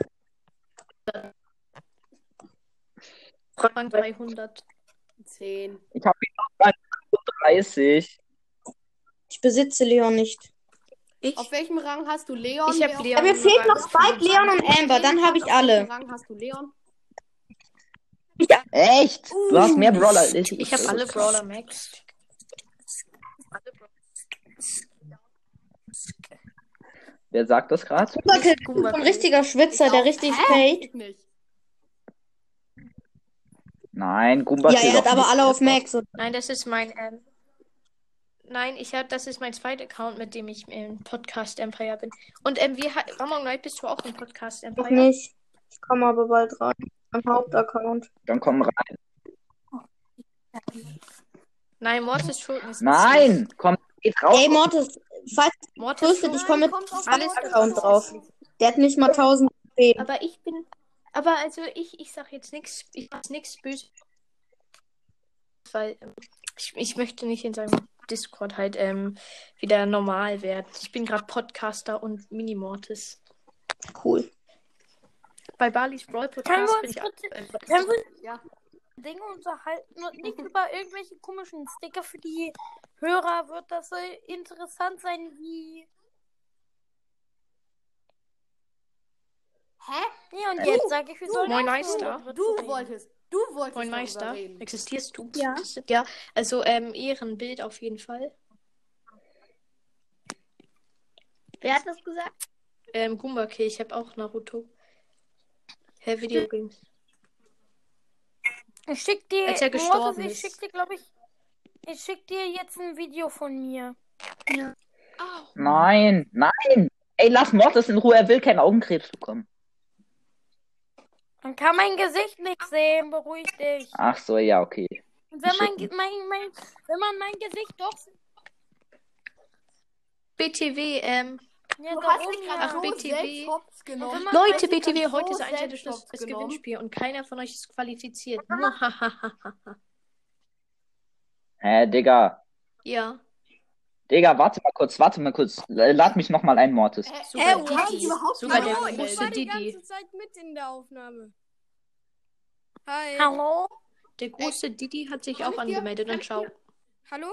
I: Rang 300.
C: Zehn.
B: Ich hab ihn auf 30.
E: Ich besitze Leon nicht.
I: Ich?
C: Auf welchem Rang hast du Leon?
I: Ich hab
C: Wer auf
I: Leon.
H: Ja, mir
C: welchem
H: fehlt
C: Rang
H: noch
C: hast du
H: Spike,
C: Leon?
H: Leon und Amber, dann habe ich
C: Auf
H: alle.
C: welchem Rang hast du Leon?
B: Echt? Du hast mehr Brawler als ich.
I: Ich habe alle Brawler Max.
B: Wer sagt das gerade?
H: Superkill ist so ein richtiger Schwitzer, der richtig paid.
C: Ich nicht.
B: Nein, Gumbakill
H: Ja, er hat aber alle auf Max. Und
I: Nein, das ist mein. Ähm, nein, ich hab, das ist mein zweiter Account, mit dem ich im Podcast Empire bin. Und ähm, wie ha- Among Night bist du auch im Podcast
H: noch
I: Empire?
H: nicht. Ich komme aber bald rein. Am Hauptaccount.
B: Dann komm rein.
I: Nein, Mortis Schulden ist
B: Nein, komm, geht raus.
H: Ey, Mortis, falls
I: Mortis
H: Grüße,
I: Schulden-
H: ich komme mit
D: kommt auf
H: alles
D: meinen
H: Account drauf. Der hat nicht mal 1000 Leben.
I: Aber ich bin. Aber also ich, ich sag jetzt nichts, ich sag nichts böse. Weil ähm, ich, ich möchte nicht in seinem Discord halt ähm, wieder normal werden. Ich bin gerade Podcaster und Minimortis.
H: Cool.
I: Bei Barley's Brawl
D: Können wir
I: Podcast bin
D: uns
I: ich
D: bitte
I: äh,
D: können wir
C: Ja.
D: Dinge unterhalten und nicht über irgendwelche komischen Sticker für die Hörer? Wird das so interessant sein wie. Hä? Nee, und jetzt sage ich, wir sollen.
I: Moin,
D: aufhören,
I: Meister.
D: darüber
C: Du
D: zu reden.
C: wolltest, du wolltest
I: Moin
C: darüber
I: Meister,
C: reden.
I: existierst du?
D: Ja.
I: Ja, also ähm, Ehrenbild auf jeden Fall.
D: Wer hat das gesagt?
I: Ähm, Gumbake, ich habe auch Naruto. Hä, Video Games.
D: Ich schick dir.
I: Als er
D: Moses,
I: gestorben
D: ich
I: ist.
D: schick dir, glaube ich. Ich schick dir jetzt ein Video von mir.
B: Nein, nein. Ey, lass Mortis in Ruhe, er will keinen Augenkrebs bekommen.
D: Man kann mein Gesicht nicht sehen, beruhig dich.
B: Ach so, ja, okay.
D: Und wenn man, ge- mein, mein, wenn man mein Gesicht doch.
I: BTW, ähm,
D: Ja,
C: Du
D: da
C: hast
D: oben
C: mich
D: ja.
C: gerade so
I: Ach, BTW.
C: selbst hops genommen.
D: Wenn man-
I: Leute,
D: Ich hab
I: BTW, heute
C: Ah, so
I: ist ein
C: selbst
I: technisches
C: aufgenommen.
I: Gewinnspiel und keiner von euch ist qualifiziert. Muahahaha.
B: Hä, Digga.
I: ja,
B: Digga, warte mal kurz, warte mal kurz. L- Lad mich nochmal ein, Mortis.
I: sogar
C: du hast
I: Didi.
C: überhaupt
I: Sogar
C: keine
I: der
C: Ahnung.
J: ich war
I: große
J: die
I: Didi.
J: ganze Zeit mit in der Aufnahme. Hi.
D: Hallo?
I: Der große Didi hat sich auch angemeldet und schau.
J: Hallo?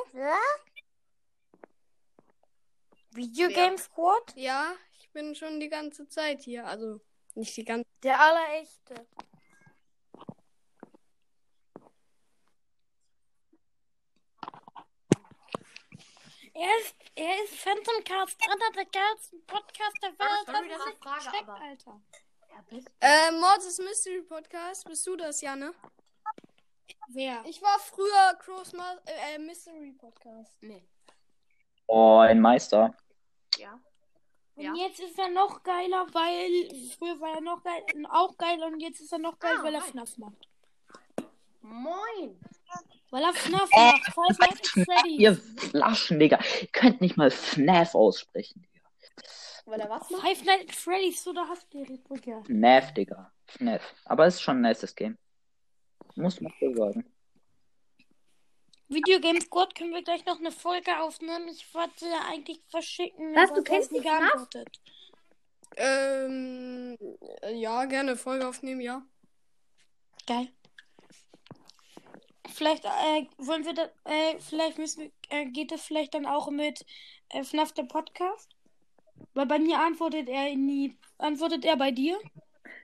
D: Video Game Squad?
J: Ja, ich bin schon die ganze Zeit hier. Also nicht die ganze
D: Der allerechte. Er ist, er ist Phantom Cast, einer der geilsten Podcasts der Welt.
C: Sorry, dass ich frage, aber-
J: Alter.
C: Ja, bist du?
J: Äh, Mordes Mystery Podcast, bist du das, Janne?
D: Wer?
J: Ich war früher Crows Ma äh, äh, Mystery Podcast.
C: Nee.
B: Oh, ein Meister.
D: Und jetzt ist er noch geiler, weil früher war er noch geil, auch geil und jetzt ist er noch
C: Ah,
D: geil, weil er FNAF macht.
C: Moin.
D: Weil er FNAF macht. Five Nights at
B: Ihr
D: Freddy's.
B: Flaschen, Digga. Ihr könnt nicht mal FNAF aussprechen. Digga.
C: Weil er
I: Äh,
C: was macht?
D: Five Nights at Freddy's, so da hast du die Brücke.
B: FNAF, Digga. FNAF. Aber es ist schon ein nices Game. Muss man so sagen.
D: Video Game Squad können wir gleich noch eine Folge aufnehmen. Ich wollte eigentlich verschicken.
F: Was,
D: aber
F: du kennst
D: hast nie
F: die FNAF?
D: geantwortet.
J: Ähm, äh, ja, gerne Folge aufnehmen, ja.
D: Geil. Vielleicht äh, wollen wir da, äh, vielleicht müssen wir, äh, geht das vielleicht dann auch mit äh, FNAF der Podcast? Weil bei mir antwortet er nie. Antwortet er bei dir?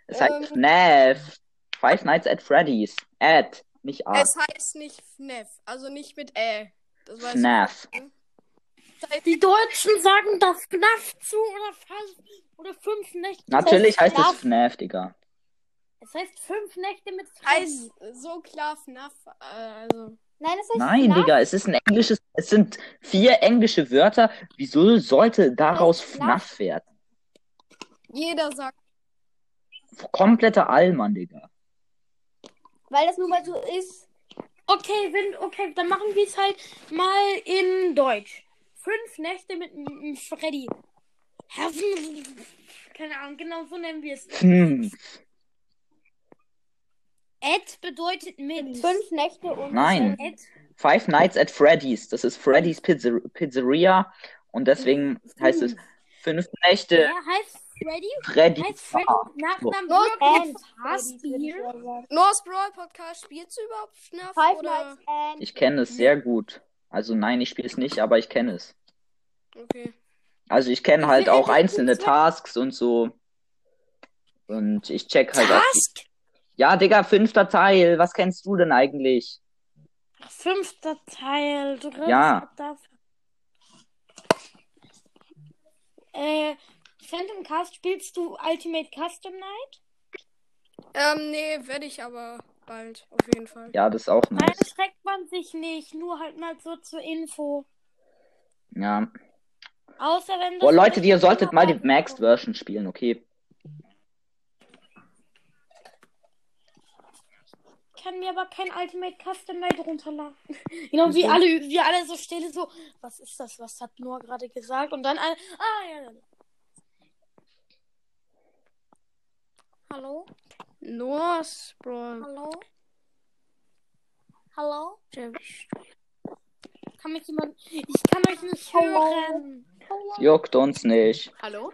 B: Es heißt
J: Ähm.
B: FNAF. Five Nights at Freddy's. Ad. Nicht A.
J: Es heißt nicht FNEF, also nicht mit Ä. Das weiß
B: FNAF.
D: Die Deutschen sagen da FNAF zu oder fast oder fünf Nächte.
B: Natürlich heißt es
D: FNAF.
B: FNAF, Digga.
D: Es heißt fünf Nächte mit
J: ich.
D: Freddy.
J: Heißt so klar FNAF, äh, also.
F: Nein, das heißt
B: Nein, Digga, es ist ein englisches, es sind vier englische Wörter. Wieso sollte daraus FNAF werden?
J: Jeder sagt,
B: Kompletter Allmann, Digga.
F: Weil das nun mal so ist.
D: Okay, wenn, okay, dann machen wir es halt mal in Deutsch. Fünf Nächte mit m- m- Freddy. Heaven. Keine Ahnung, genau so nennen wir es.
B: Hm,
D: Ed bedeutet mit.
F: Fünf Nächte und.
B: nein.
D: Ed.
B: Five Nights at Freddy's. Das ist Freddy's Pizzer Pizzeria. Und
J: Hm.
B: deswegen heißt es Fünf Nächte
D: Er heißt Freddy.
B: Freddy.
D: Heißt Freddy
B: Ah,
D: Nachnamen
J: Not
D: wirklich Fassbier.
J: North Brawl Podcast, spielst du überhaupt FNAF?
F: Five
J: oder?
F: Nights and.
B: Ich kenne es sehr gut. Also nein, ich spiele es nicht, aber ich kenne es.
J: Okay.
B: Also ich kenne halt auch einzelne Tasks und so. Und ich check halt auch. die-
D: Task.
B: Ja, Digga, fünfter Teil. Was kennst du denn eigentlich?
D: Fünfter Teil. Dritter
B: Ja.
D: Teil. Äh, Phantom Cast spielst du Ultimate Custom Night?
J: Ähm, nee, werde ich aber bald, auf jeden Fall.
B: Ja, das ist auch
D: Nein,
B: nice.
D: schreckt man sich nicht, nur halt mal so zur Info.
B: Ja.
D: Außer wenn das.
B: Oh, Leute, ihr solltet mal die
D: Aber-
B: Maxed Version spielen, okay?
D: Ich kann mir aber kein Ultimate Custom Night runterladen. Genau wie alle, wir alle so stehen so, was ist das? Was hat Noah gerade gesagt? Und dann alle, ah ja, ja. ja. Hallo?
J: North Brawl.
D: Hallo? Hallo? Kann mich jemand. Ich kann euch nicht hören.
B: Juckt uns nicht.
C: Hallo?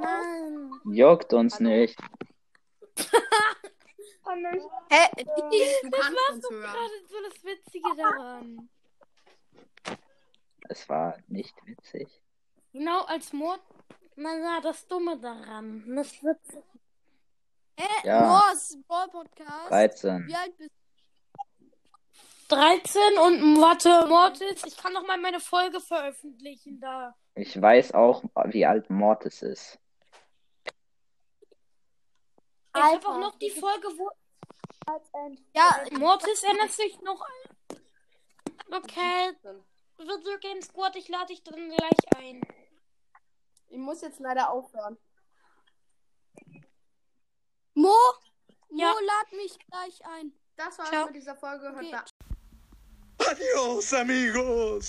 D: Nein.
B: Juckt uns nicht.
J: Hä? Du kannst uns hören.
D: Ah, Das ist so das Witzige daran.
B: Es war nicht witzig.
D: Genau, als Mord. Na, na, das Dumme daran. Das wird. Äh,
J: Hä?
B: Ja.
J: North Brawl Podcast.
B: 13.
J: Wie alt bist
D: 13 und warte, Mortis, ich kann noch mal meine Folge veröffentlichen da.
B: Ich weiß auch, wie alt Mortis ist.
D: Ich habe auch noch die Folge, wo
J: du? Ja,
D: Mortis ändert sich noch. Okay, Video Game Squad, ich lade dich dann gleich ein.
C: Ich muss jetzt leider aufhören.
J: Mo,
D: Ja.
J: Mo, lad mich gleich ein.
C: Das war's
D: Ciao.
C: mit dieser Folge. Hört
J: Okay,
C: da
A: Adios, amigos.